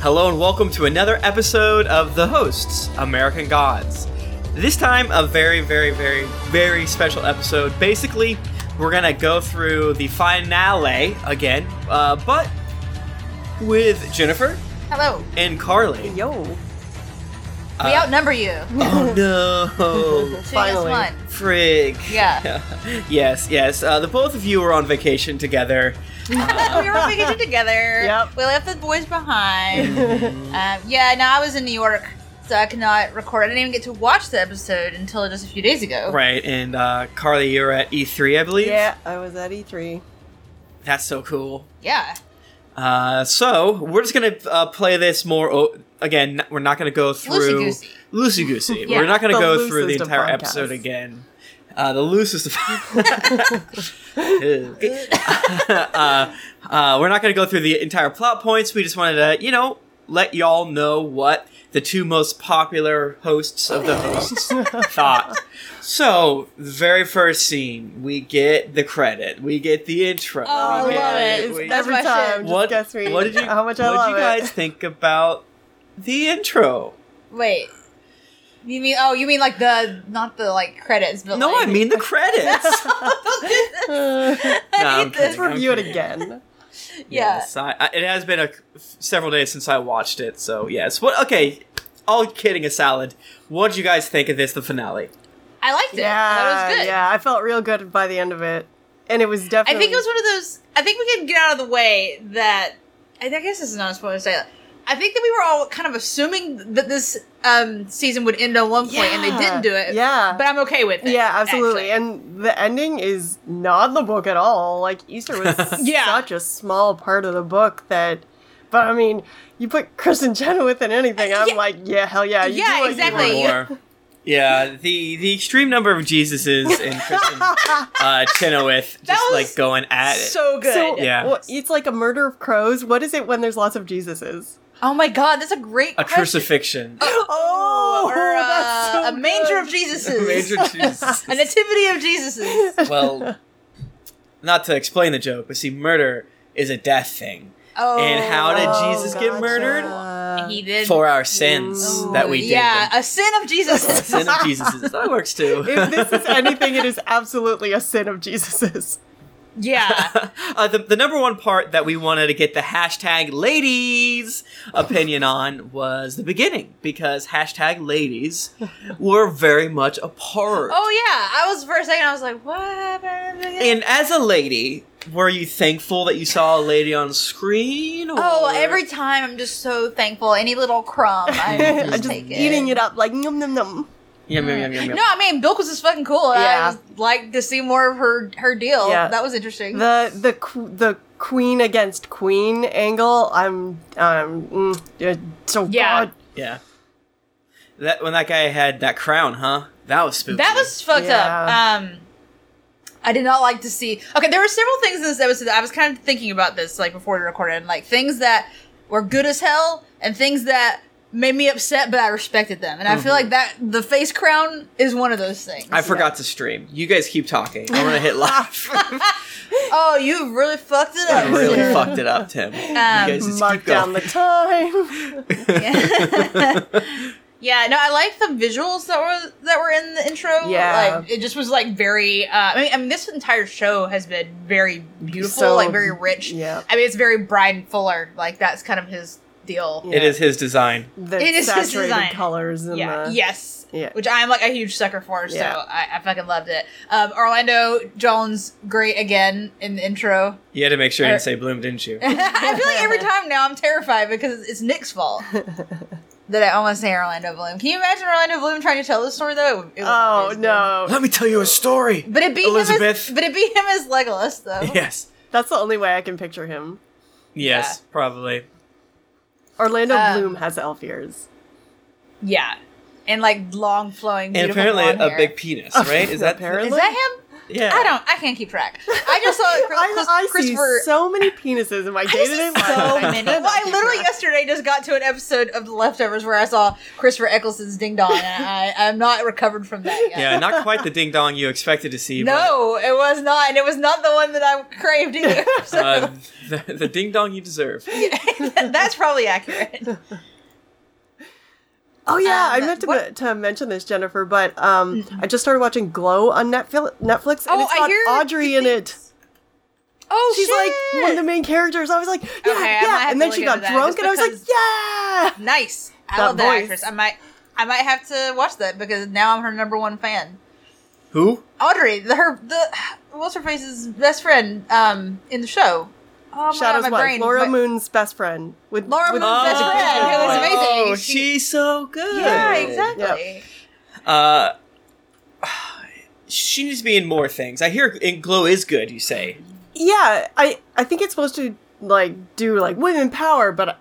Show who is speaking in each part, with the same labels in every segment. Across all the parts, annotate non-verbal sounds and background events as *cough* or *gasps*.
Speaker 1: Hello and welcome to another episode of The Hosts, American Gods. This time, a very, very, very, very special episode. Basically, we're going to go through the finale again, uh, but with Jennifer
Speaker 2: Hello.
Speaker 1: and Carly.
Speaker 3: Yo.
Speaker 2: we
Speaker 1: Uh,
Speaker 2: outnumber you. Two
Speaker 1: Oh no.
Speaker 2: *laughs*
Speaker 3: Finally.
Speaker 2: against one.
Speaker 1: Frig.
Speaker 2: Yeah.
Speaker 1: *laughs* yes, yes. Uh, the both of you were on vacation
Speaker 2: *laughs*
Speaker 1: together.
Speaker 2: we were on vacation together.
Speaker 3: Yep.
Speaker 2: We left the boys behind.
Speaker 1: Mm.
Speaker 2: um, yeah, no, I was in New York, so I could not record. I didn't even get to watch the episode until just a few days ago.
Speaker 1: Right, and uh, Carly, you're at E3, I believe.
Speaker 3: Yeah, I was at E E3.
Speaker 1: That's so cool.
Speaker 2: Yeah.
Speaker 1: Uh, so we're just gonna uh, play this more o- again. n- We're not gonna go through
Speaker 2: Loosey-goosey.
Speaker 1: Loosey
Speaker 2: *laughs*
Speaker 1: goosey.
Speaker 2: Yeah.
Speaker 1: We're not gonna
Speaker 3: The
Speaker 1: go through the
Speaker 3: loosest of
Speaker 1: entire
Speaker 3: podcasts.
Speaker 1: episode again. Uh, the loosest.
Speaker 3: *laughs*
Speaker 1: Of- *laughs* uh, uh, we're not gonna go through the entire plot points. We just wanted to, you know, let y'all know what the two most popular hosts of the hosts
Speaker 3: *laughs*
Speaker 1: thought. So, the very first scene, we get the credit. We get the intro.
Speaker 2: Oh, I
Speaker 1: we
Speaker 2: love
Speaker 1: get-
Speaker 2: it.
Speaker 1: we-
Speaker 2: That's
Speaker 3: every
Speaker 2: my
Speaker 3: time.
Speaker 2: shit.
Speaker 3: Just guess me
Speaker 1: what did you?
Speaker 3: How much
Speaker 1: what
Speaker 3: I
Speaker 1: did
Speaker 3: love
Speaker 1: you guys
Speaker 3: it.
Speaker 1: think about the intro?
Speaker 2: Wait. You mean? Oh, you mean like the not the like credits, but
Speaker 1: No, I
Speaker 2: like-
Speaker 1: mean *laughs* the
Speaker 2: *laughs*
Speaker 3: *laughs*
Speaker 1: credits.
Speaker 2: I
Speaker 1: I'm
Speaker 2: hate
Speaker 1: kidding.
Speaker 2: this.
Speaker 3: Let's review it again.
Speaker 2: Yeah.
Speaker 1: Yes, I, I, it has been a, several days since I watched it, so yes. What? Okay, all kidding aside, what did you guys think of this? The finale.
Speaker 2: *laughs* I liked it. that was
Speaker 3: Yeah,
Speaker 2: good.
Speaker 3: yeah. I felt real good by the end of it, and it was definitely.
Speaker 2: I think it was one of those. I think we can get out of the way that. I guess this is not a spoiler to say. that. I think that we were all kind of assuming that this um, season would end at one point, and they
Speaker 3: Yeah.
Speaker 2: didn't do it.
Speaker 3: Yeah.
Speaker 2: but I'm okay with it.
Speaker 3: Yeah, absolutely.
Speaker 2: actually.
Speaker 3: And the ending is not in the book at all. Like Easter
Speaker 1: *laughs*
Speaker 3: was
Speaker 2: Yeah.
Speaker 3: such a small part of the book that. But I mean, you put Kristen Chenoweth in anything, I'm
Speaker 2: yeah.
Speaker 3: like, yeah, hell yeah. You
Speaker 2: Yeah,
Speaker 3: do what you
Speaker 1: *laughs*
Speaker 2: exactly.
Speaker 3: want.
Speaker 1: Or- yeah, the the extreme number of Jesuses and
Speaker 2: *laughs*
Speaker 1: Kristen uh, Chenoweth just
Speaker 2: That was
Speaker 1: like going at it.
Speaker 2: so good.
Speaker 3: So
Speaker 1: Yeah.
Speaker 3: well, it's like a murder of crows. What is it when there's lots of Jesuses?
Speaker 2: oh my god, that's a great
Speaker 1: a
Speaker 2: question.
Speaker 1: crucifixion,
Speaker 3: Oh,
Speaker 2: or uh,
Speaker 3: *laughs* that's so
Speaker 2: a manger of
Speaker 3: good.
Speaker 1: *laughs*
Speaker 2: Jesuses, *laughs*
Speaker 1: major Jesus.
Speaker 2: a nativity of
Speaker 3: *laughs*
Speaker 2: Jesuses. *laughs*
Speaker 1: Well, not to explain the joke, but see, murder is a death thing.
Speaker 2: Oh,
Speaker 1: And how did
Speaker 3: Oh,
Speaker 1: Jesus get murdered?
Speaker 2: he did
Speaker 1: for our sins
Speaker 3: Ooh,
Speaker 1: that we did.
Speaker 2: Yeah,
Speaker 1: them.
Speaker 2: a sin
Speaker 1: *laughs*
Speaker 2: of Jesus.
Speaker 1: sin of Jesus. That works too.
Speaker 3: if this is anything, it is absolutely a sin of Jesus's.
Speaker 2: *laughs* yeah.
Speaker 1: *laughs* uh, the, the number one part that we wanted to get the hashtag ladies opinion on was the beginning because hashtag
Speaker 2: *laughs*
Speaker 1: ladies were very much a part.
Speaker 2: Oh yeah, I was for a second. I was like, what happened?
Speaker 1: And as a lady, were you thankful that you saw a lady on screen? Or?
Speaker 2: Oh, every time I'm just so thankful. Any little crumb,
Speaker 3: *laughs*
Speaker 2: I just,
Speaker 3: just
Speaker 2: take it.
Speaker 3: eating it up like num num num.
Speaker 1: Yum, yum, yum, yum, yum.
Speaker 2: No, I mean Bilk was just fucking cool. and
Speaker 3: Yeah.
Speaker 2: I just liked to see more of her her deal.
Speaker 3: Yeah.
Speaker 2: That was interesting.
Speaker 3: The the qu- the queen against queen angle. I'm um mm, yeah, so
Speaker 2: Yeah.
Speaker 3: God.
Speaker 1: Yeah. That when that guy had that crown, huh? That was spooky.
Speaker 2: that was fucked
Speaker 3: Yeah.
Speaker 2: up. Um, I did not like to see. Okay, there were several things in this episode that I was kind of thinking about this like before we recorded, like things that were good as hell and things that made me upset, but I respected them. And I feel like
Speaker 3: Mm-hmm.
Speaker 2: that the face crown is one of those things.
Speaker 1: I forgot to stream. You guys keep talking. I want to hit
Speaker 2: *laughs*
Speaker 1: live.
Speaker 2: Oh, you really fucked it
Speaker 1: I
Speaker 2: up.
Speaker 3: *laughs*
Speaker 1: really
Speaker 3: Yeah.
Speaker 1: fucked it up, Tim.
Speaker 2: Um,
Speaker 1: you guys just
Speaker 3: Mark
Speaker 1: keep
Speaker 3: down
Speaker 1: going.
Speaker 3: the
Speaker 2: *laughs*
Speaker 3: time.
Speaker 2: Yeah, no, I like the visuals that were that were in the intro.
Speaker 3: Yeah.
Speaker 2: like it just was like very. Uh, I mean, I mean, this entire show has been very beautiful,
Speaker 3: So-
Speaker 2: like very rich.
Speaker 3: yeah.
Speaker 2: I mean, it's very Brian Fuller. Like that's kind of his deal.
Speaker 3: Yeah.
Speaker 1: It is his design.
Speaker 3: The
Speaker 2: It is his
Speaker 3: saturated
Speaker 2: design.
Speaker 3: colors and
Speaker 2: Yeah.
Speaker 3: the
Speaker 2: yes.
Speaker 3: uh, Yeah.
Speaker 2: Which I'm like a huge sucker for, so
Speaker 3: Yeah.
Speaker 2: I, I fucking loved it. Um, Orlando Jones, great again in the intro.
Speaker 1: You had to make sure you
Speaker 2: Er-
Speaker 1: didn't say Bloom, didn't
Speaker 2: *laughs*
Speaker 1: you?
Speaker 2: I feel like every time now I'm terrified because it's Nick's fault that I almost say Orlando Bloom. Can you imagine Orlando Bloom trying to tell this story though? It was
Speaker 3: Oh
Speaker 2: amazing.
Speaker 3: no,
Speaker 1: Let me tell you a story.
Speaker 2: But it be
Speaker 1: Elizabeth.
Speaker 2: him as but it be him as Legolas
Speaker 1: *laughs*
Speaker 2: though.
Speaker 1: Yes.
Speaker 3: that's the only way I can picture him.
Speaker 1: Yes, probably.
Speaker 3: Orlando
Speaker 2: Um,
Speaker 3: Bloom has elf ears.
Speaker 2: Yeah. And like long
Speaker 1: And
Speaker 2: flowing. beautiful
Speaker 1: apparently
Speaker 2: blonde
Speaker 1: a
Speaker 2: hair. *laughs*
Speaker 1: big penis, right? Is that
Speaker 3: Apparently.
Speaker 2: Is that him?
Speaker 1: Yeah.
Speaker 2: I don't. I can't keep track. I just
Speaker 3: *laughs*
Speaker 2: saw Chris,
Speaker 3: I, I see
Speaker 2: Christopher.
Speaker 3: so many penises in
Speaker 2: *laughs*
Speaker 3: my
Speaker 2: I
Speaker 3: day
Speaker 2: just
Speaker 3: to
Speaker 2: see
Speaker 3: day life.
Speaker 2: so
Speaker 3: I *laughs*
Speaker 2: many.
Speaker 3: cannot
Speaker 2: Well, I
Speaker 3: keep
Speaker 2: literally
Speaker 3: track.
Speaker 2: yesterday just got to an episode of The Leftovers where I saw Christopher Eccleston's Ding Dong, and I, I'm not recovered from that yet.
Speaker 1: Yeah, not
Speaker 2: *laughs*
Speaker 1: quite the ding dong you expected to see.
Speaker 2: No, it was not, and it was not the one that I craved either.
Speaker 1: But,
Speaker 2: So
Speaker 1: uh, *laughs* the, the ding dong you
Speaker 2: *laughs*
Speaker 1: deserve. *laughs*
Speaker 2: that's probably accurate.
Speaker 3: Oh yeah,
Speaker 2: Um,
Speaker 3: I meant to,
Speaker 2: what-
Speaker 3: me- to mention this, Jennifer, but um, I just started watching Glow on Netflix, Netflix
Speaker 2: Oh,
Speaker 3: and it's
Speaker 2: I
Speaker 3: got
Speaker 2: hear
Speaker 3: Audrey in it.
Speaker 2: Oh,
Speaker 3: She's
Speaker 2: shit.
Speaker 3: like one of the main characters. I was like, yeah,
Speaker 2: I might
Speaker 3: yeah,
Speaker 2: have
Speaker 3: and
Speaker 2: to
Speaker 3: then
Speaker 2: look
Speaker 3: she
Speaker 2: into
Speaker 3: got
Speaker 2: that,
Speaker 3: drunk,
Speaker 2: just
Speaker 3: and I was like,
Speaker 2: because-
Speaker 3: yeah.
Speaker 2: Nice. I
Speaker 3: That
Speaker 2: love that
Speaker 3: voice.
Speaker 2: actress. I might I might have to watch that because now I'm her number one fan.
Speaker 1: Who?
Speaker 2: Audrey, the, her the what's her face's best friend um in the show. Oh my
Speaker 3: Shadow's
Speaker 2: god, my
Speaker 3: wife,
Speaker 2: brain.
Speaker 3: Laura
Speaker 2: my-
Speaker 3: Moon's best friend. With
Speaker 2: Laura
Speaker 3: with
Speaker 2: Moon's best
Speaker 3: the
Speaker 2: friend,
Speaker 3: big
Speaker 2: who is
Speaker 3: boy.
Speaker 2: amazing.
Speaker 1: Oh,
Speaker 2: She-
Speaker 1: she's so good.
Speaker 2: Yeah, exactly.
Speaker 1: Uh, she needs to be in more things. I hear in Glow is good. You say?
Speaker 3: Yeah, I I think it's supposed to like do like women power, but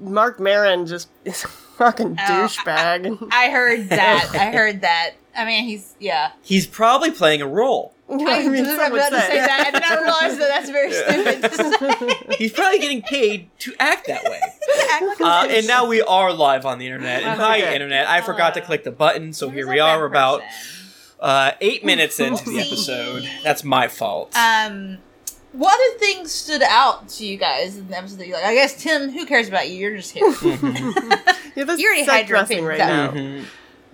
Speaker 3: Mark Maron just is *laughs* a fucking
Speaker 2: Oh,
Speaker 3: douchebag. *laughs*
Speaker 2: I heard that. I heard that. I mean, he's
Speaker 3: *laughs*
Speaker 2: yeah.
Speaker 1: He's probably playing a role.
Speaker 2: I was
Speaker 3: so would
Speaker 2: about to say
Speaker 3: say.
Speaker 2: that, and then I realized that that's
Speaker 3: *laughs*
Speaker 2: very stupid *laughs* to say.
Speaker 1: He's probably getting paid to act that
Speaker 2: *laughs*
Speaker 1: way.
Speaker 2: Act like a
Speaker 1: Uh, and now we are live on the internet.
Speaker 2: Uh-huh.
Speaker 1: And hi,
Speaker 3: Okay.
Speaker 1: internet. I forgot to
Speaker 2: Hello.
Speaker 1: click the button, so here
Speaker 2: Where's
Speaker 1: we
Speaker 2: Uh, that
Speaker 1: are.
Speaker 2: bad
Speaker 1: We're about
Speaker 2: person?
Speaker 1: uh, eight minutes into the
Speaker 2: *laughs* Oopsie.
Speaker 1: episode. That's my fault.
Speaker 2: Um, what other things stood out to you guys in the episode that you like? I guess Tim, who cares about you? You're
Speaker 1: *laughs*
Speaker 2: just
Speaker 3: *laughs*
Speaker 2: here.
Speaker 3: You have a
Speaker 2: You already
Speaker 3: set
Speaker 2: had your
Speaker 3: dressing
Speaker 2: opinion,
Speaker 3: right
Speaker 2: so-
Speaker 3: now.
Speaker 1: Mhm.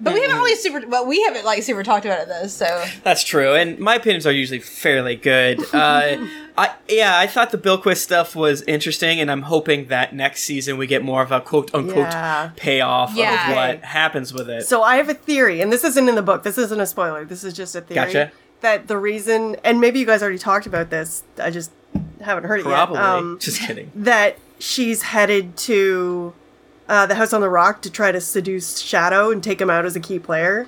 Speaker 2: but we haven't really super. Well, we haven't like super talked about it though. So
Speaker 1: That's true, and my opinions are usually fairly
Speaker 3: *laughs*
Speaker 1: good. Uh, I yeah, I thought the Bilquist stuff was interesting, and I'm hoping that next season we get more of a quote unquote
Speaker 3: Yeah.
Speaker 1: payoff
Speaker 2: Yeah.
Speaker 1: of what
Speaker 3: Okay.
Speaker 1: happens with it.
Speaker 3: So I have a theory, and this isn't in the book. This isn't a spoiler. This is just a theory
Speaker 1: Gotcha.
Speaker 3: that the reason, and maybe you guys already talked about this. I just haven't heard it
Speaker 1: Probably,
Speaker 3: yet. Um,
Speaker 1: *laughs* just kidding.
Speaker 3: that she's headed to uh, the House on the Rock to try to seduce Shadow and take him out as a key player.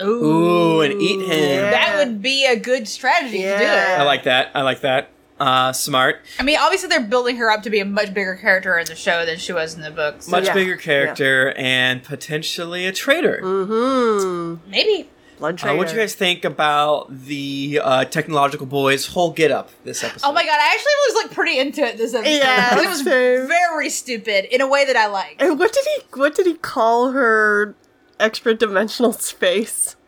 Speaker 1: Ooh, and eat him.
Speaker 3: yeah.
Speaker 2: that would be a good strategy to do
Speaker 1: I
Speaker 2: it.
Speaker 3: Yeah.
Speaker 1: like that. I like that. Uh, smart,
Speaker 2: I mean, obviously they're building her up to be a much bigger character in the show than she was in the books.
Speaker 1: much
Speaker 3: yeah.
Speaker 1: bigger character, and potentially a traitor.
Speaker 3: Mm-hmm.
Speaker 2: Maybe.
Speaker 1: Uh,
Speaker 3: Blood traitor.
Speaker 1: what do you guys think about the uh, technological boys' whole getup this episode?
Speaker 2: Oh my god, I actually was like pretty into it this episode.
Speaker 3: Yeah,
Speaker 2: it was
Speaker 3: same.
Speaker 2: very stupid in a way that I like.
Speaker 3: And what did he? What did he call her? Extra dimensional space. *laughs*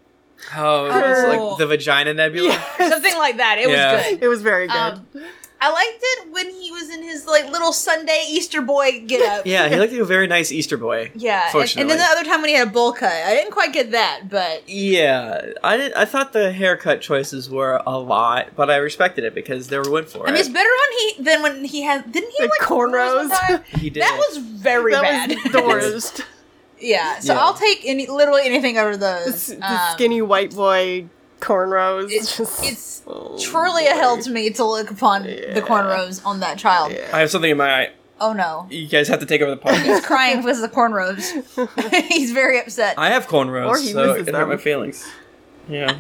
Speaker 1: Oh, it was
Speaker 2: Oh.
Speaker 1: like the vagina nebula.
Speaker 2: Something like that. It
Speaker 1: Yeah.
Speaker 2: was good.
Speaker 3: It was very good.
Speaker 2: Um, I liked it when he was in his like little Sunday Easter boy get up.
Speaker 1: Yeah, he looked like a very nice Easter boy.
Speaker 2: Yeah, and, and
Speaker 1: Fortunately.
Speaker 2: then the other time when he had a bowl cut, I didn't quite get that, but
Speaker 1: Yeah, I did, I thought the haircut choices were a lot, but I respected it because they were went for
Speaker 2: I mean,
Speaker 1: it.
Speaker 2: it's better when he than when he had didn't he
Speaker 3: The
Speaker 2: have, like one
Speaker 3: cornrows? *laughs*
Speaker 2: time?
Speaker 1: he did.
Speaker 2: that was very
Speaker 3: that
Speaker 2: bad.
Speaker 3: was *laughs* the worst.
Speaker 2: *laughs* yeah, so
Speaker 1: Yeah.
Speaker 2: I'll take any literally anything over those.
Speaker 3: S- the
Speaker 2: Um,
Speaker 3: skinny white boy cornrows.
Speaker 2: It's,
Speaker 3: *laughs* just-
Speaker 2: it's
Speaker 3: Oh,
Speaker 2: truly a hell to me to look upon
Speaker 3: Yeah.
Speaker 2: the cornrows on that child.
Speaker 3: Yeah. *laughs*
Speaker 1: I have something in my eye.
Speaker 2: Oh no,
Speaker 1: You guys have to take over the podcast.
Speaker 2: he's crying because of the
Speaker 3: *laughs*
Speaker 1: Mm.
Speaker 2: cornrows. *laughs* he's very upset.
Speaker 1: I have cornrows,
Speaker 3: Or he
Speaker 1: so
Speaker 3: misses
Speaker 1: it hurt my
Speaker 3: them.
Speaker 1: feelings.
Speaker 3: *laughs*
Speaker 1: Yeah.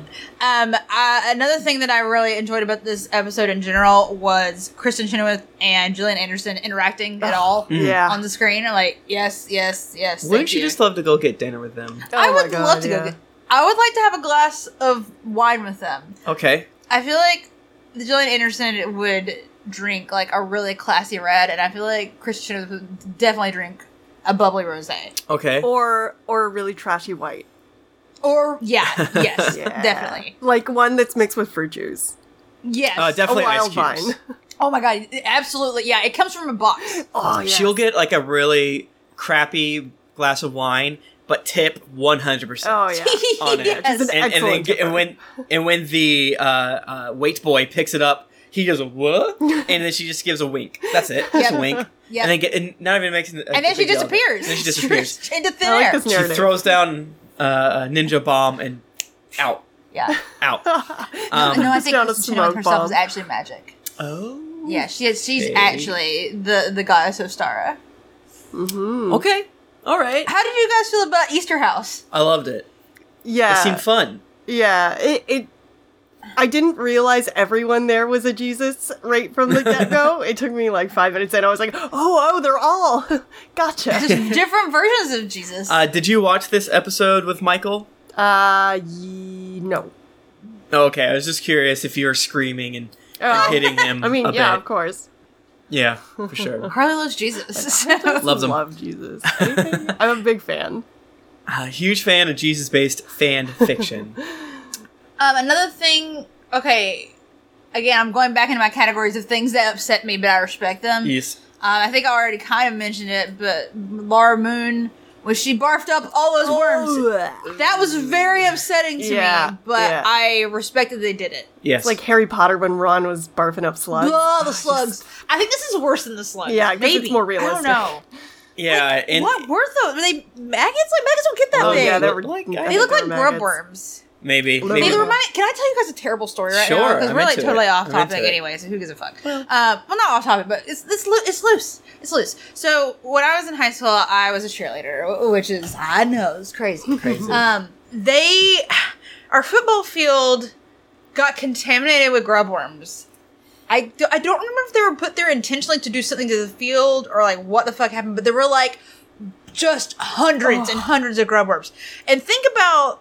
Speaker 2: Um, uh, another thing that I really enjoyed about this episode in general was Kristen Chenoweth and Gillian Anderson interacting at all
Speaker 3: Yeah.
Speaker 2: on the screen. I'm like, yes, yes, yes.
Speaker 1: Wouldn't
Speaker 2: thank
Speaker 1: you
Speaker 2: you
Speaker 1: just love to go get dinner with them?
Speaker 3: Oh
Speaker 2: I
Speaker 3: my
Speaker 2: would
Speaker 3: God,
Speaker 2: love to
Speaker 3: yeah.
Speaker 2: go. Get, I would like to have a glass of wine with them.
Speaker 1: Okay.
Speaker 2: I feel like the Gillian Anderson would drink like a really classy red, and I feel like Kristen Chenoweth would definitely drink a bubbly rosé.
Speaker 1: Okay.
Speaker 3: or or a really
Speaker 2: *laughs*
Speaker 3: trashy white.
Speaker 2: Or yeah,
Speaker 3: *laughs*
Speaker 2: yes,
Speaker 3: Yeah.
Speaker 2: definitely,
Speaker 3: Like one that's mixed with fruit juice.
Speaker 2: yes.
Speaker 1: Uh, definitely
Speaker 3: a
Speaker 1: ice
Speaker 3: wild
Speaker 1: cubes.
Speaker 3: vine.
Speaker 2: oh my god, absolutely, yeah. It comes from a box.
Speaker 3: Oh yeah.
Speaker 1: She'll get like a really crappy glass of wine, but tip one hundred
Speaker 3: *laughs* Oh
Speaker 1: percent.
Speaker 2: *laughs*
Speaker 3: *laughs* yeah. *laughs*
Speaker 1: On it.
Speaker 2: Yes.
Speaker 3: She's an
Speaker 1: And, and then
Speaker 3: excellent
Speaker 1: get, and
Speaker 3: tipper.
Speaker 1: when and when the uh, uh, wait boy picks it up, he goes what, and then she just gives a wink. That's it, just a
Speaker 2: Yep.
Speaker 1: wink.
Speaker 2: Yep.
Speaker 1: And then get, and not even makes. a- a
Speaker 2: and then *laughs* she
Speaker 1: big deal of it.
Speaker 2: disappears.
Speaker 1: And then she disappears.
Speaker 2: into thin
Speaker 3: I like
Speaker 2: air.
Speaker 3: this
Speaker 1: she
Speaker 3: narrative.
Speaker 1: throws down uh, a ninja bomb and out,
Speaker 2: Yeah.
Speaker 3: *laughs*
Speaker 1: out.
Speaker 2: no,
Speaker 1: Um,
Speaker 2: I think
Speaker 3: Down a
Speaker 2: Kristen Chenoweth
Speaker 3: smoke
Speaker 2: herself
Speaker 3: bomb.
Speaker 2: is actually magic.
Speaker 1: oh,
Speaker 2: Yeah, she is, she's
Speaker 1: Okay.
Speaker 2: actually the the goddess of Stara.
Speaker 3: Mhm.
Speaker 1: Okay, all right.
Speaker 2: How did you guys feel about Easter House?
Speaker 1: I loved it. It
Speaker 3: Yeah.
Speaker 1: seemed fun.
Speaker 3: yeah. It, it. I didn't realize everyone there was a Jesus right from
Speaker 1: *laughs*
Speaker 3: the get go. it took me like five minutes, and I was like, "Oh, oh, they're all *laughs*
Speaker 2: Just
Speaker 3: gotcha."
Speaker 2: different versions of Jesus.
Speaker 1: Uh, did you watch this episode with Michael?
Speaker 3: Uh, ye- no.
Speaker 1: Okay, I was just curious if you were screaming and
Speaker 3: Oh.
Speaker 1: hitting him.
Speaker 3: *laughs* I mean,
Speaker 1: a
Speaker 3: yeah,
Speaker 1: bit.
Speaker 3: of course.
Speaker 1: yeah, for sure.
Speaker 2: Harley loves Jesus. *laughs* Um,
Speaker 1: Loves him.
Speaker 3: Love Jesus. *laughs* I'm a big fan.
Speaker 1: A Uh, huge fan of Jesus-based fan fiction.
Speaker 2: Um, another thing. Okay, again, I'm going back into my categories of things that upset me, but I respect them.
Speaker 1: yes.
Speaker 2: Um, I think I already kind of mentioned it, but Lara Moon when she barfed up all those
Speaker 3: Oh.
Speaker 2: worms, that was very upsetting to
Speaker 3: Yeah,
Speaker 2: me. But
Speaker 3: yeah.
Speaker 2: I respected they did it.
Speaker 1: Yes.
Speaker 3: It's like Harry Potter when Ron was barfing up slugs.
Speaker 2: Oh, the slugs! I think this is worse than the slugs.
Speaker 3: Yeah, 'cause it's
Speaker 2: maybe
Speaker 3: more
Speaker 2: I don't
Speaker 3: realistic.
Speaker 2: know.
Speaker 1: yeah, and
Speaker 2: what were those? Were they maggots? Like maggots don't get that
Speaker 3: Oh,
Speaker 2: big.
Speaker 3: yeah, they
Speaker 1: look
Speaker 3: were
Speaker 1: like-
Speaker 3: I
Speaker 1: they
Speaker 2: they
Speaker 3: think
Speaker 2: look
Speaker 3: they
Speaker 2: like
Speaker 3: were
Speaker 2: grub
Speaker 3: maggots.
Speaker 2: worms.
Speaker 1: maybe
Speaker 3: Little
Speaker 1: maybe
Speaker 2: They
Speaker 3: bit.
Speaker 2: remind. Can I tell you guys a terrible story right now?
Speaker 1: Sure,
Speaker 2: Because
Speaker 1: I'm
Speaker 2: we're like
Speaker 1: into
Speaker 2: totally
Speaker 1: it.
Speaker 2: off
Speaker 1: I'm
Speaker 2: topic,
Speaker 1: into it.
Speaker 2: anyway. So who gives a fuck? Well, uh, well, not off topic, but it's it's, loo- it's loose. It's loose. So when I was in high school, I was a cheerleader, wh- which is I know it's crazy.
Speaker 1: Crazy.
Speaker 2: Um, they our football field got contaminated with grub worms. I, do, I don't remember if they were put there intentionally to do something to the field or like what the fuck happened, but there were like just hundreds and hundreds of grub worms. And think about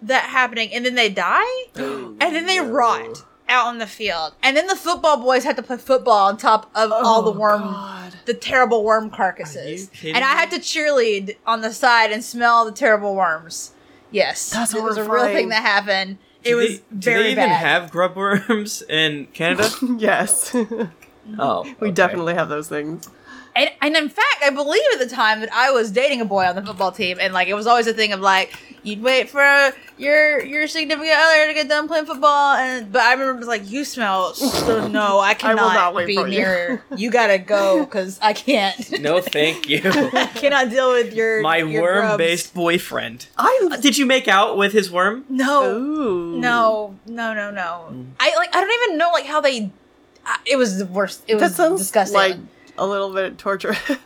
Speaker 2: that happening, and then they die, and then they rot out on the field, and then the football boys had to play football on top of all the
Speaker 3: Oh,
Speaker 2: worm,
Speaker 3: God.
Speaker 2: the terrible worm carcasses,
Speaker 1: kidding
Speaker 2: and I
Speaker 1: me?
Speaker 2: had to cheerlead on the side and smell the terrible worms. Yes,
Speaker 3: That's
Speaker 2: it was a real
Speaker 3: horrifying.
Speaker 2: thing that happened. It
Speaker 1: do
Speaker 2: was
Speaker 1: they,
Speaker 2: very
Speaker 1: do they even
Speaker 2: bad.
Speaker 1: have grub worms in
Speaker 3: *laughs*
Speaker 1: Canada?
Speaker 3: Yes. we
Speaker 1: oh, okay.
Speaker 3: definitely have those things.
Speaker 2: And, and in fact, I believe at the time that I was dating a boy on the football team, and like it was always a thing of like you'd wait for your your significant other to get done playing football, and but I remember it was like you smell so
Speaker 3: *laughs*
Speaker 2: no, I
Speaker 3: I will
Speaker 2: cannot
Speaker 3: not wait
Speaker 2: be
Speaker 3: for you." *laughs*
Speaker 2: near. You. gotta go because I can't.
Speaker 1: No, thank
Speaker 2: *laughs*
Speaker 1: you.
Speaker 2: I cannot deal with your
Speaker 1: *laughs* My
Speaker 2: your
Speaker 1: worm-based boyfriend.
Speaker 3: I
Speaker 1: Uh, Did you make out with his worm?
Speaker 2: grubs. No,
Speaker 3: Ooh.
Speaker 2: no, no, no, no. I like I don't even know like how they. I, it was the worst. It was
Speaker 3: That sounds
Speaker 2: disgusting.
Speaker 3: like a little bit torture. *laughs*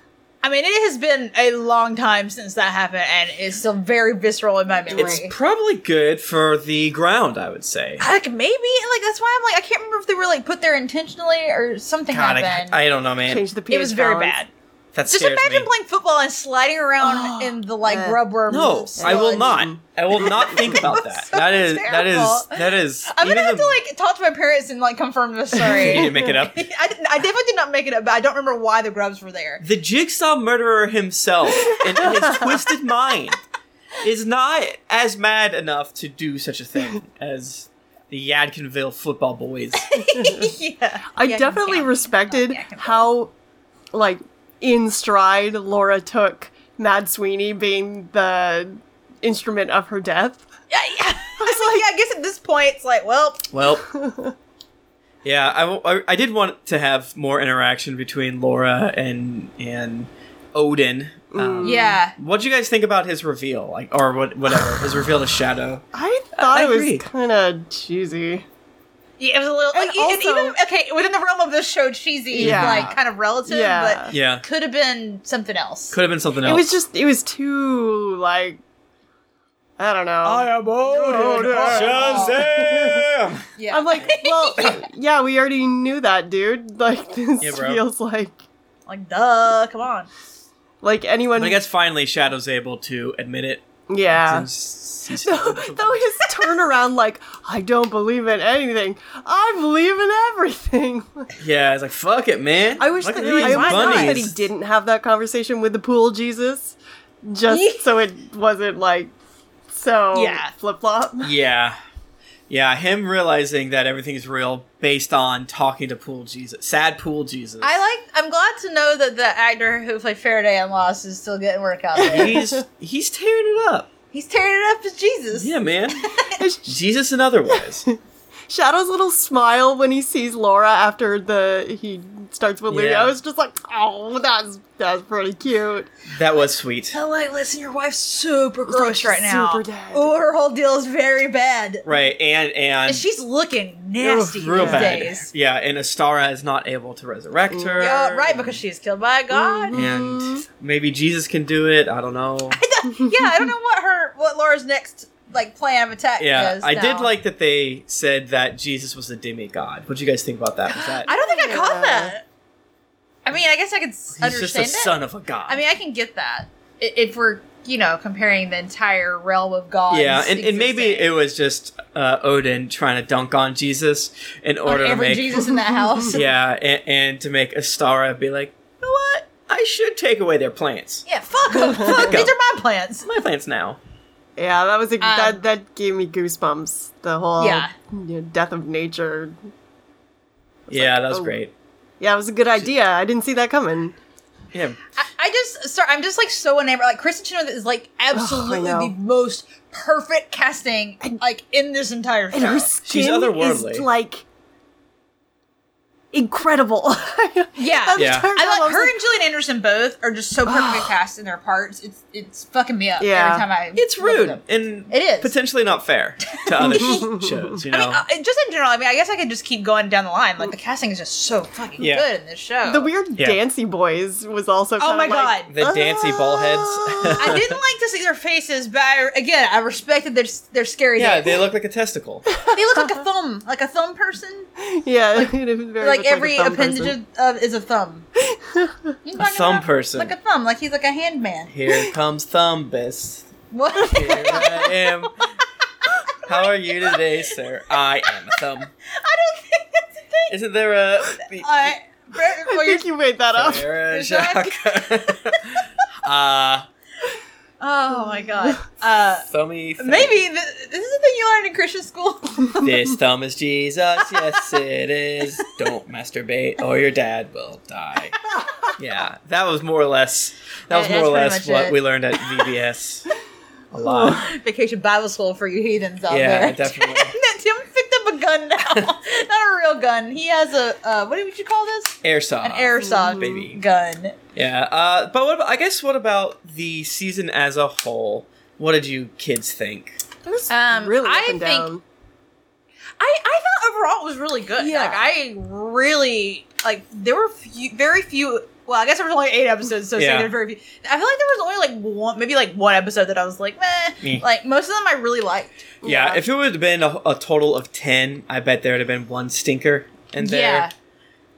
Speaker 2: I mean, it has been a long time since that happened, and it's still very visceral in my memory.
Speaker 1: It's probably good for the ground, I would say.
Speaker 2: like maybe like that's why I'm like I can't remember if they were like put there intentionally or something
Speaker 1: God, I,
Speaker 2: happened.
Speaker 1: I don't know, man.
Speaker 3: Change the pH
Speaker 2: it was very
Speaker 3: balance.
Speaker 2: bad.
Speaker 1: That
Speaker 2: Just
Speaker 1: scares
Speaker 2: imagine
Speaker 1: me.
Speaker 2: playing football and sliding around
Speaker 3: Oh,
Speaker 2: in the like
Speaker 3: uh,
Speaker 2: rub worm.
Speaker 1: No, I will
Speaker 2: sludge.
Speaker 1: not. I will not
Speaker 2: *laughs*
Speaker 1: think about that. That is that is
Speaker 2: terrible.
Speaker 1: that is.
Speaker 2: I'm gonna
Speaker 1: even
Speaker 2: have
Speaker 1: the-
Speaker 2: to like talk to my parents and like confirm this
Speaker 1: *laughs* You need to
Speaker 2: story.
Speaker 1: make it
Speaker 2: *laughs*
Speaker 1: up.
Speaker 2: I, didn't, I definitely did not make it up, but I don't remember why the grubs were there.
Speaker 1: The jigsaw murderer himself, in his twisted mind, is not as mad enough to do such a thing as the Yadkinville football boys.
Speaker 2: yeah,
Speaker 3: I
Speaker 2: Yeah,
Speaker 3: definitely
Speaker 2: yeah.
Speaker 3: respected
Speaker 2: Yeah, I can-
Speaker 3: how, like, in stride Laura took Mad Sweeney being the instrument of her death.
Speaker 2: Yeah, yeah. I was like, yeah, I guess at this point it's like, well,
Speaker 1: Well, yeah, I, w- I- I did want to have more interaction between Laura and and Odin.
Speaker 2: Mm.
Speaker 1: Um,
Speaker 2: yeah.
Speaker 1: What do you guys think about his reveal, like, or what, whatever his reveal to Shadow?
Speaker 3: I thought
Speaker 1: I
Speaker 3: it was
Speaker 1: agree.
Speaker 3: kind of cheesy.
Speaker 2: Yeah, it was a little
Speaker 3: And
Speaker 2: like, e- and
Speaker 3: also-
Speaker 2: even okay within the realm of this show cheesy is,
Speaker 3: Yeah.
Speaker 2: like kind of relative,
Speaker 3: Yeah.
Speaker 2: but
Speaker 1: Yeah,
Speaker 2: could have been something else.
Speaker 1: could have been something else.
Speaker 3: It was just, it was too, like, I don't know.
Speaker 1: am Odin. Shazam!
Speaker 2: yeah, *laughs*
Speaker 3: I'm like, well, *laughs* yeah, we already knew that, dude. Like, this
Speaker 1: Yeah, bro.
Speaker 3: feels like
Speaker 2: like duh, come on.
Speaker 3: like anyone.
Speaker 1: But I guess finally Shadow's able to admit it.
Speaker 3: yeah.
Speaker 1: Since he's-
Speaker 3: *laughs* Though, though his turnaround, like, I don't believe in anything. I believe in everything.
Speaker 1: yeah, it's like fuck it, man.
Speaker 3: I wish
Speaker 1: Look
Speaker 3: that,
Speaker 1: at these
Speaker 3: I wish
Speaker 1: bunnies.
Speaker 3: that he didn't have that conversation with the pool Jesus, just so it wasn't like so
Speaker 2: Yeah.
Speaker 3: flip *laughs* flop.
Speaker 1: Yeah, yeah, him realizing that everything is real based on talking to Pool Jesus, sad Pool Jesus.
Speaker 2: I like. I'm glad to know that the actor who played Faraday and Lost is still getting work
Speaker 1: *laughs*
Speaker 2: out there.
Speaker 1: *laughs* he's he's tearing it up.
Speaker 2: He's tearing it up as Jesus.
Speaker 1: Yeah, man. Jesus and otherwise.
Speaker 3: Shadow's little smile when he sees Laura after the he starts with Louie.
Speaker 1: Yeah.
Speaker 3: I was just like, oh, that's that's pretty cute.
Speaker 1: That was sweet.
Speaker 2: I'm like, listen, your wife's super
Speaker 3: like
Speaker 2: gross
Speaker 3: she's
Speaker 2: right now.
Speaker 3: super dead.
Speaker 2: Oh, her whole deal is very bad.
Speaker 1: Right, and and
Speaker 2: And she's looking nasty
Speaker 1: Oof, real
Speaker 2: these
Speaker 1: bad.
Speaker 2: days.
Speaker 1: Yeah, and Astara is not able to resurrect her.
Speaker 2: Yeah, right, because she was killed by a god.
Speaker 1: and maybe Jesus can do it. I don't know.
Speaker 2: *laughs* yeah, I don't know what her what Laura's next like plan of attack
Speaker 1: Yeah,
Speaker 2: is.
Speaker 1: I did
Speaker 2: now.
Speaker 1: like that they said that Jesus was a demigod. What do you guys think about that? Was that
Speaker 2: I don't think I caught
Speaker 3: Yeah.
Speaker 2: that. I mean, I guess I could s
Speaker 1: he's just a
Speaker 2: understand it.
Speaker 1: son of a god?
Speaker 2: I mean, I can get that I- if we're you know, comparing the entire realm of God.
Speaker 1: Yeah, and, and maybe it was just uh, Odin trying to dunk on Jesus in order to
Speaker 2: every
Speaker 1: make
Speaker 2: Jesus in that house.
Speaker 1: *laughs* yeah, and, and to make Astara be like, you know what? I should take away their plants.
Speaker 2: Yeah,
Speaker 1: *laughs*
Speaker 2: fuck 'em, fuck, these are my plants.
Speaker 1: My plants now.
Speaker 3: Yeah, that was a,
Speaker 2: Um,
Speaker 3: that that gave me goosebumps. The whole
Speaker 2: Yeah.
Speaker 3: you know, death of nature.
Speaker 1: Yeah, that was
Speaker 3: oh.
Speaker 1: great.
Speaker 3: Yeah, it was a good idea. I didn't see that coming.
Speaker 1: Yeah,
Speaker 2: I, I just, sorry, I'm just like so enamored. Like Kristen Chenoweth is like absolutely
Speaker 3: know.
Speaker 2: the most perfect casting like in this entire
Speaker 3: And
Speaker 1: *gasps*
Speaker 2: show.
Speaker 3: her skin
Speaker 1: otherworldly.
Speaker 3: is like incredible. *laughs*
Speaker 2: Yeah.
Speaker 1: Yeah.
Speaker 2: I like her and Gillian Anderson both are just so perfectly cast in their parts. It's it's fucking me up
Speaker 3: Yeah.
Speaker 2: every time I.
Speaker 1: it's
Speaker 2: look at
Speaker 1: rude
Speaker 2: them.
Speaker 1: and
Speaker 2: It is.
Speaker 1: potentially not fair to
Speaker 2: *laughs*
Speaker 1: other sh- shows. You know,
Speaker 2: I mean, uh, just in general. I mean, I guess I could just keep going down the line. Like the casting is just so fucking
Speaker 1: Yeah.
Speaker 2: good in this show.
Speaker 3: the weird
Speaker 1: Yeah.
Speaker 3: Dancy Boys was also.
Speaker 2: Oh
Speaker 3: kinda
Speaker 2: my God.
Speaker 3: like-
Speaker 1: the dancey ball heads. *laughs*
Speaker 2: I didn't like to see their faces, but I, again, I respected their their scary.
Speaker 1: yeah,
Speaker 2: they,
Speaker 1: they look like a testicle.
Speaker 2: they look like a thumb, like a thumb person.
Speaker 3: *laughs* Yeah, it was very
Speaker 2: like
Speaker 3: much a
Speaker 2: every
Speaker 3: thumb
Speaker 2: appendage
Speaker 3: person.
Speaker 2: of, of is a thumb. You
Speaker 3: *laughs*
Speaker 2: talking
Speaker 1: thumb
Speaker 2: about-
Speaker 1: person.
Speaker 2: like a thumb, like he's like
Speaker 1: *laughs*
Speaker 2: a handman.
Speaker 1: Here comes Thumbus.
Speaker 2: *laughs* What?
Speaker 1: Here I am. How are you today, sir? I am Thumb.
Speaker 2: I don't think that's a thing.
Speaker 1: Isn't there a?
Speaker 2: I,
Speaker 3: I think you made that up.
Speaker 1: Sarah
Speaker 2: Jacques.
Speaker 1: *laughs* Jacques. uh,
Speaker 2: oh *laughs* my god. Uh,
Speaker 1: thummy. thumb.
Speaker 2: maybe th- this is the thing you learned in Christian *laughs* school.
Speaker 1: This thumb is Jesus. Yes, it is. Don't masturbate, or your dad will die. Yeah, that was more or less. That was
Speaker 2: Yeah,
Speaker 1: more or
Speaker 2: that's
Speaker 1: less
Speaker 2: pretty much
Speaker 1: what
Speaker 2: it.
Speaker 1: we learned at VBS. A lot.
Speaker 2: Vacation Bible school for you heathens out
Speaker 1: Yeah,
Speaker 2: there.
Speaker 1: definitely.
Speaker 2: *laughs* That Tim picked up a gun *laughs* now, not a real gun. He has a uh, what would you call this?
Speaker 1: Airsoft.
Speaker 2: An airsoft
Speaker 1: baby.
Speaker 2: gun.
Speaker 1: Yeah. Uh, but what about, I guess what about the season as a whole? What did you kids think?
Speaker 3: It was
Speaker 2: Um,
Speaker 3: really up
Speaker 2: I think-
Speaker 3: and down.
Speaker 2: I, I thought overall it was really good.
Speaker 3: Yeah.
Speaker 2: Like I really like there were few, very few. Well, I guess there was only eight episodes, so
Speaker 1: Yeah.
Speaker 2: yeah. there were very few. I feel like there was only like one, maybe like one episode that I was like, meh.
Speaker 1: Me.
Speaker 2: Like most of them, I really liked.
Speaker 1: Yeah.
Speaker 3: Yeah.
Speaker 1: If it would have been a, a total of ten, I bet there would have been one stinker in there.
Speaker 2: yeah,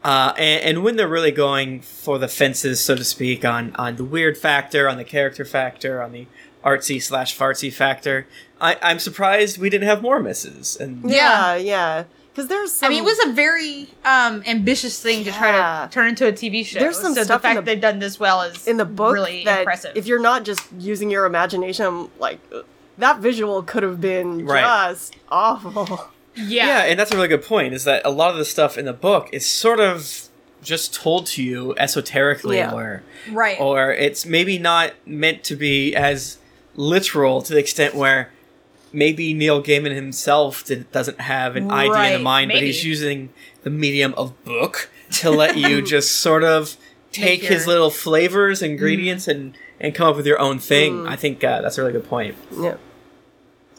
Speaker 1: Uh, and, and when they're really going for the fences, so to speak, on, on the weird factor, on the character factor, on the artsy slash fartsy factor, I, I'm surprised we didn't have more misses. And
Speaker 3: Yeah, yeah. Because there's some.
Speaker 2: I mean, it was a very um, ambitious thing to try
Speaker 3: Yeah.
Speaker 2: to turn into a TV show.
Speaker 3: There's some
Speaker 2: so
Speaker 3: stuff
Speaker 2: the fact
Speaker 3: in the-
Speaker 2: they've done this well is
Speaker 3: in the book
Speaker 2: really
Speaker 3: that
Speaker 2: impressive.
Speaker 3: if you're not just using your imagination, like that visual could have been
Speaker 1: Right.
Speaker 3: just awful. *laughs*
Speaker 2: yeah,
Speaker 1: yeah, and that's a really good point, is that a lot of the stuff in the book is sort of just told to you esoterically
Speaker 3: Yeah.
Speaker 1: or
Speaker 2: right.
Speaker 1: or it's maybe not meant to be as literal to the extent where maybe Neil Gaiman himself did, doesn't have an idea in
Speaker 2: Right,
Speaker 1: the mind, but
Speaker 2: maybe.
Speaker 1: he's using the medium of book to let you just sort of take
Speaker 2: Make your-
Speaker 1: his little flavors, ingredients, and and come up with your own thing. I think uh, that's a really good point.
Speaker 3: Yeah.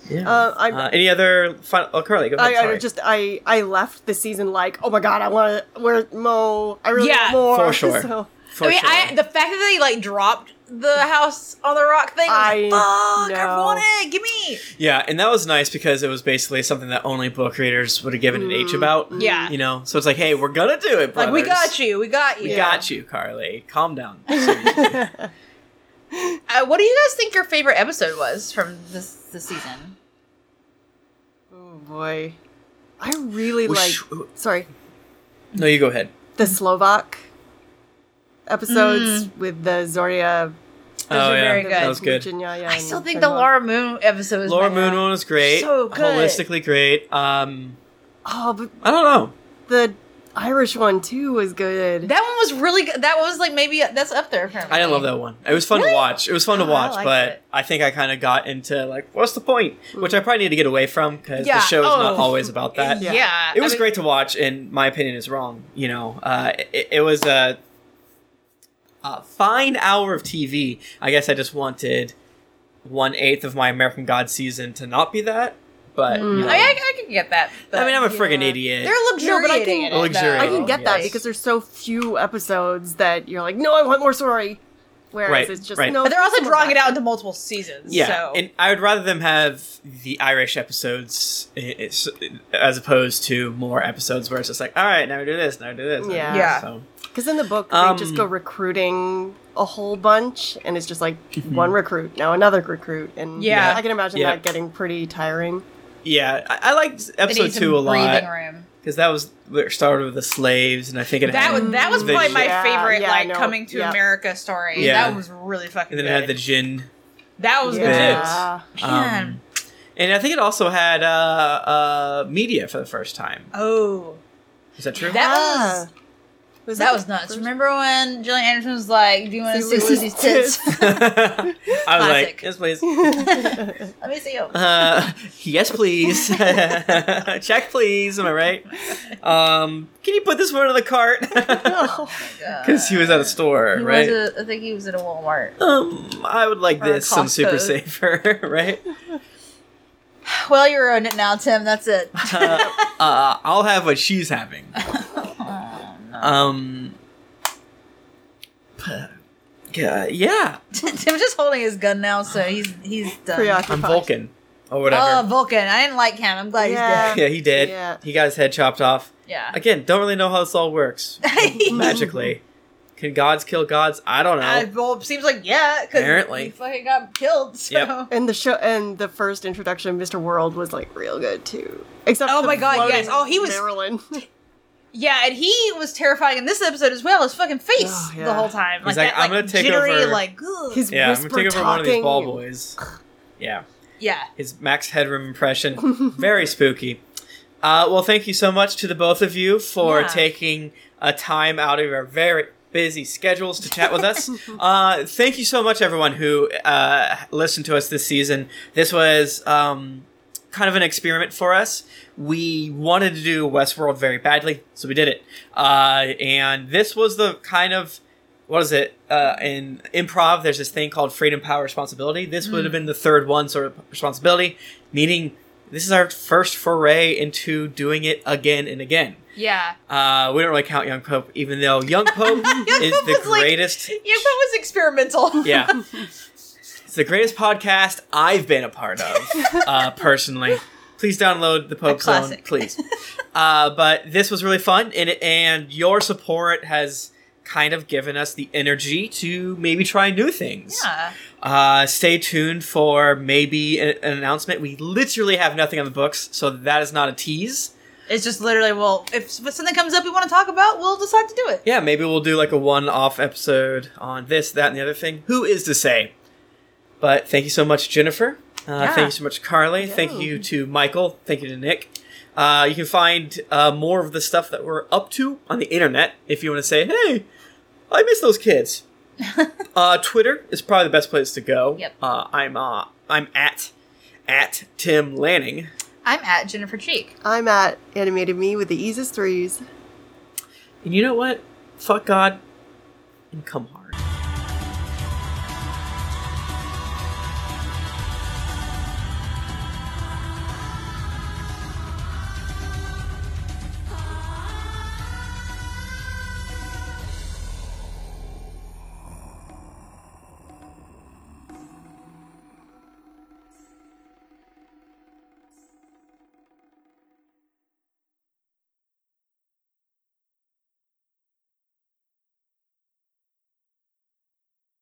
Speaker 1: Yeah.
Speaker 3: Uh, I-
Speaker 1: Uh, any other final? Oh, Carly, go ahead.
Speaker 3: I, I
Speaker 1: sorry.
Speaker 3: just I I left the season like oh my god I want to where Mo I really
Speaker 2: Yeah.
Speaker 3: want more
Speaker 1: For sure.
Speaker 3: *laughs* So,
Speaker 1: For
Speaker 2: I mean,
Speaker 1: sure.
Speaker 2: I, the fact that they like dropped the house on the rock thing, I
Speaker 3: I
Speaker 2: was like, fuck, I
Speaker 3: know.
Speaker 2: want it. Give me.
Speaker 1: yeah, and that was nice because it was basically something that only book readers would have given an H about.
Speaker 2: Mm-hmm. Yeah.
Speaker 1: You know, so it's like, hey, we're gonna do it,
Speaker 2: Like
Speaker 1: brothers.
Speaker 2: we got you, we got you.
Speaker 1: We got you, Carly. Calm
Speaker 2: *laughs*
Speaker 1: down.
Speaker 2: Uh, what do you guys think your favorite episode was from this this season?
Speaker 3: oh boy, I really
Speaker 1: We
Speaker 3: like
Speaker 1: sh-
Speaker 3: sorry
Speaker 1: no, you go ahead.
Speaker 3: the Slovak
Speaker 2: Mm.
Speaker 3: episodes with the Zoria.
Speaker 2: Those are very good.
Speaker 1: Oh, that was good.
Speaker 3: Virginia, yeah,
Speaker 2: I
Speaker 3: and
Speaker 2: still think the
Speaker 3: Taiwan.
Speaker 2: Laura Moon episode was
Speaker 1: Laura
Speaker 2: my
Speaker 1: Moon
Speaker 2: favorite.
Speaker 1: one was great.
Speaker 2: So good.
Speaker 1: Holistically great. Um,
Speaker 3: Oh, but
Speaker 1: I don't know.
Speaker 3: the Irish one too was good.
Speaker 2: That one was really good. That one was like maybe that's up there. Apparently,
Speaker 1: I didn't love that one. It was fun to watch. It was fun to
Speaker 2: Oh, I
Speaker 1: watch,
Speaker 2: liked
Speaker 1: but
Speaker 2: it. Mm.
Speaker 1: I think I kind of got into like, what's the point? Which I probably need to get away from because
Speaker 2: Yeah,
Speaker 1: the show is not
Speaker 2: oh.
Speaker 1: always about that.
Speaker 2: Yeah,
Speaker 1: It was
Speaker 2: I mean,
Speaker 1: great to watch, and my opinion is wrong. You know, uh, it, it was a, a fine hour of TV. I guess I just wanted one eighth of my American God season to not be that, but you know,
Speaker 2: Mm. I, I, I can get that. but-
Speaker 1: I mean, I'm a
Speaker 3: Yeah.
Speaker 1: friggin' idiot.
Speaker 2: they're luxuriating.
Speaker 3: can-
Speaker 2: in it, though.
Speaker 1: Luxuriating.
Speaker 3: I can get that
Speaker 1: Yes.
Speaker 3: because there's so few episodes that you're like, no, I want more story. Whereas
Speaker 1: Right,
Speaker 3: it's just
Speaker 1: right.
Speaker 3: no.
Speaker 2: but they're also
Speaker 3: someone
Speaker 2: drawing it
Speaker 3: back.
Speaker 2: out into multiple seasons.
Speaker 1: yeah,
Speaker 2: so.
Speaker 1: and I would rather them have the Irish episodes i- i- s- as opposed to more episodes where it's just like, all right, now we do this, now we do this. now we do
Speaker 3: Yeah.
Speaker 1: this."
Speaker 2: Yeah.
Speaker 1: So,
Speaker 3: Because in the book,
Speaker 1: Um,
Speaker 3: they just go recruiting a whole bunch, and it's just
Speaker 1: *laughs*
Speaker 3: like one recruit, now another recruit, and
Speaker 2: Yeah.
Speaker 3: I can imagine
Speaker 1: Mhm. Yeah.
Speaker 3: that getting pretty tiring.
Speaker 1: Yeah, I, I liked
Speaker 2: They need
Speaker 1: episode
Speaker 2: some
Speaker 1: two a
Speaker 2: breathing
Speaker 1: lot
Speaker 2: room.
Speaker 1: because that was where it started with the slaves, and I think it
Speaker 2: That
Speaker 1: had
Speaker 2: was that was
Speaker 1: the
Speaker 2: probably my
Speaker 3: Yeah,
Speaker 2: favorite
Speaker 3: yeah, I
Speaker 2: like
Speaker 3: know.
Speaker 2: coming to
Speaker 3: Yeah.
Speaker 2: America story.
Speaker 1: Yeah.
Speaker 2: That one was really
Speaker 1: and
Speaker 2: fucking
Speaker 1: then
Speaker 2: good.
Speaker 1: it had the gin.
Speaker 2: that was
Speaker 1: Yeah.
Speaker 2: good too. Man.
Speaker 1: Um, and I think it also had uh, uh, media for the first time.
Speaker 2: oh.
Speaker 1: Is that true? *laughs*
Speaker 2: That was
Speaker 3: Ah. Was
Speaker 2: that
Speaker 3: the
Speaker 2: was nuts.
Speaker 3: first-
Speaker 2: Remember when Jillian Anderson was like, "Do you want to see
Speaker 3: See
Speaker 2: Lizzie's
Speaker 3: Lizzie's
Speaker 2: tits?
Speaker 1: I was
Speaker 2: Classic.
Speaker 1: like, yes, please.
Speaker 2: Let me see Oh
Speaker 1: *laughs*
Speaker 2: them."
Speaker 1: Uh, yes, please. *laughs* Check, please. Am I right? Um, can you put this one in the
Speaker 2: *laughs*
Speaker 1: cart?
Speaker 3: Oh,
Speaker 1: Because he was at a store,
Speaker 2: He
Speaker 1: right?
Speaker 2: was a, I think he was at a Walmart.
Speaker 1: um, I would like
Speaker 2: Or a
Speaker 1: this. Some super
Speaker 2: Costco.
Speaker 1: saver, *laughs* right?
Speaker 2: Well, you're on it now, Tim. That's
Speaker 1: *laughs*
Speaker 2: it. *laughs*
Speaker 1: uh, uh, I'll have what she's having. Um. p- yeah, uh, Yeah,
Speaker 2: Tim's just holding his gun now, so he's he's
Speaker 1: I'm
Speaker 2: done.
Speaker 3: *laughs* preoccupied.
Speaker 1: Vulcan or
Speaker 2: Oh,
Speaker 1: whatever.
Speaker 2: Vulcan. I didn't like him. I'm
Speaker 1: *laughs*
Speaker 2: glad he's dead.
Speaker 1: yeah, he did.
Speaker 3: Yeah.
Speaker 1: He got his head chopped off.
Speaker 2: Yeah.
Speaker 1: Again, don't really know how this all works magically. Can gods kill gods? I don't know.
Speaker 2: I, well, seems like yeah, because
Speaker 1: Apparently.
Speaker 2: he fucking got killed. *laughs* So.
Speaker 1: Yep.
Speaker 3: And the show and the first introduction, Mr. World was like real good too. Except
Speaker 2: Oh
Speaker 3: the
Speaker 2: my God, yes.
Speaker 3: floating
Speaker 2: Oh, he was-
Speaker 3: Marilyn. *laughs*
Speaker 2: Yeah, and he was terrifying in this episode as well. His fucking face
Speaker 3: Oh, yeah.
Speaker 2: the whole time.
Speaker 1: He's like,
Speaker 2: Like, that,
Speaker 1: "I'm
Speaker 2: like,
Speaker 1: gonna take
Speaker 2: jittery,
Speaker 1: over
Speaker 2: like ugh.
Speaker 3: His
Speaker 1: yeah, I'm
Speaker 3: whisper
Speaker 1: gonna take over
Speaker 3: talking.
Speaker 1: one of these ball boys. Yeah,
Speaker 2: yeah.
Speaker 1: his Max Headroom impression, very spooky. Uh, well, thank you so much to the both of you for
Speaker 2: Yeah.
Speaker 1: taking a time out of your very busy schedules to chat with us. uh, thank you so much, everyone who uh, listened to us this season. This was um, kind of an experiment for us. We wanted to do Westworld very badly, so we did it. Uh, and this was the kind of what is it uh, in improv there's this thing called freedom power responsibility this would have
Speaker 2: Hmm.
Speaker 1: been the third one sort of responsibility meaning this is our first foray into doing it again and again
Speaker 2: Yeah.
Speaker 1: uh, we don't really count young pope even though
Speaker 2: *laughs*
Speaker 1: young pope is
Speaker 2: Pope
Speaker 1: the
Speaker 2: was like-
Speaker 1: greatest
Speaker 2: Yeah, that was
Speaker 1: *laughs*
Speaker 2: experimental.
Speaker 1: yeah it's the greatest podcast i've been a part of
Speaker 2: *laughs*
Speaker 1: uh, personally please download the pope zone
Speaker 2: classic. *laughs*
Speaker 1: please uh, but this was really fun and, and your support has kind of given us the energy to maybe try new things
Speaker 2: Yeah.
Speaker 1: uh, stay tuned for maybe a- an announcement we literally have nothing on the books so that is not a tease
Speaker 2: It's just literally, well, if something comes up we want to talk about, we'll decide to do it.
Speaker 1: yeah maybe we'll do like a one-off episode on this that and the other thing who is to say but thank you so much jennifer uh,
Speaker 2: Yeah.
Speaker 1: thank you so much carly thank
Speaker 3: Yeah.
Speaker 1: you to michael thank you to nick uh, you can find uh, more of the stuff that we're up to on the internet if you want to say hey i miss those kids uh, twitter is probably the best place to go
Speaker 2: Yep.
Speaker 1: uh, i'm uh, i'm at at tim lanning
Speaker 2: I'm at Jennifer Cheek.
Speaker 3: I'm at animated me with the easiest threes.
Speaker 1: and you know what fuck god and come on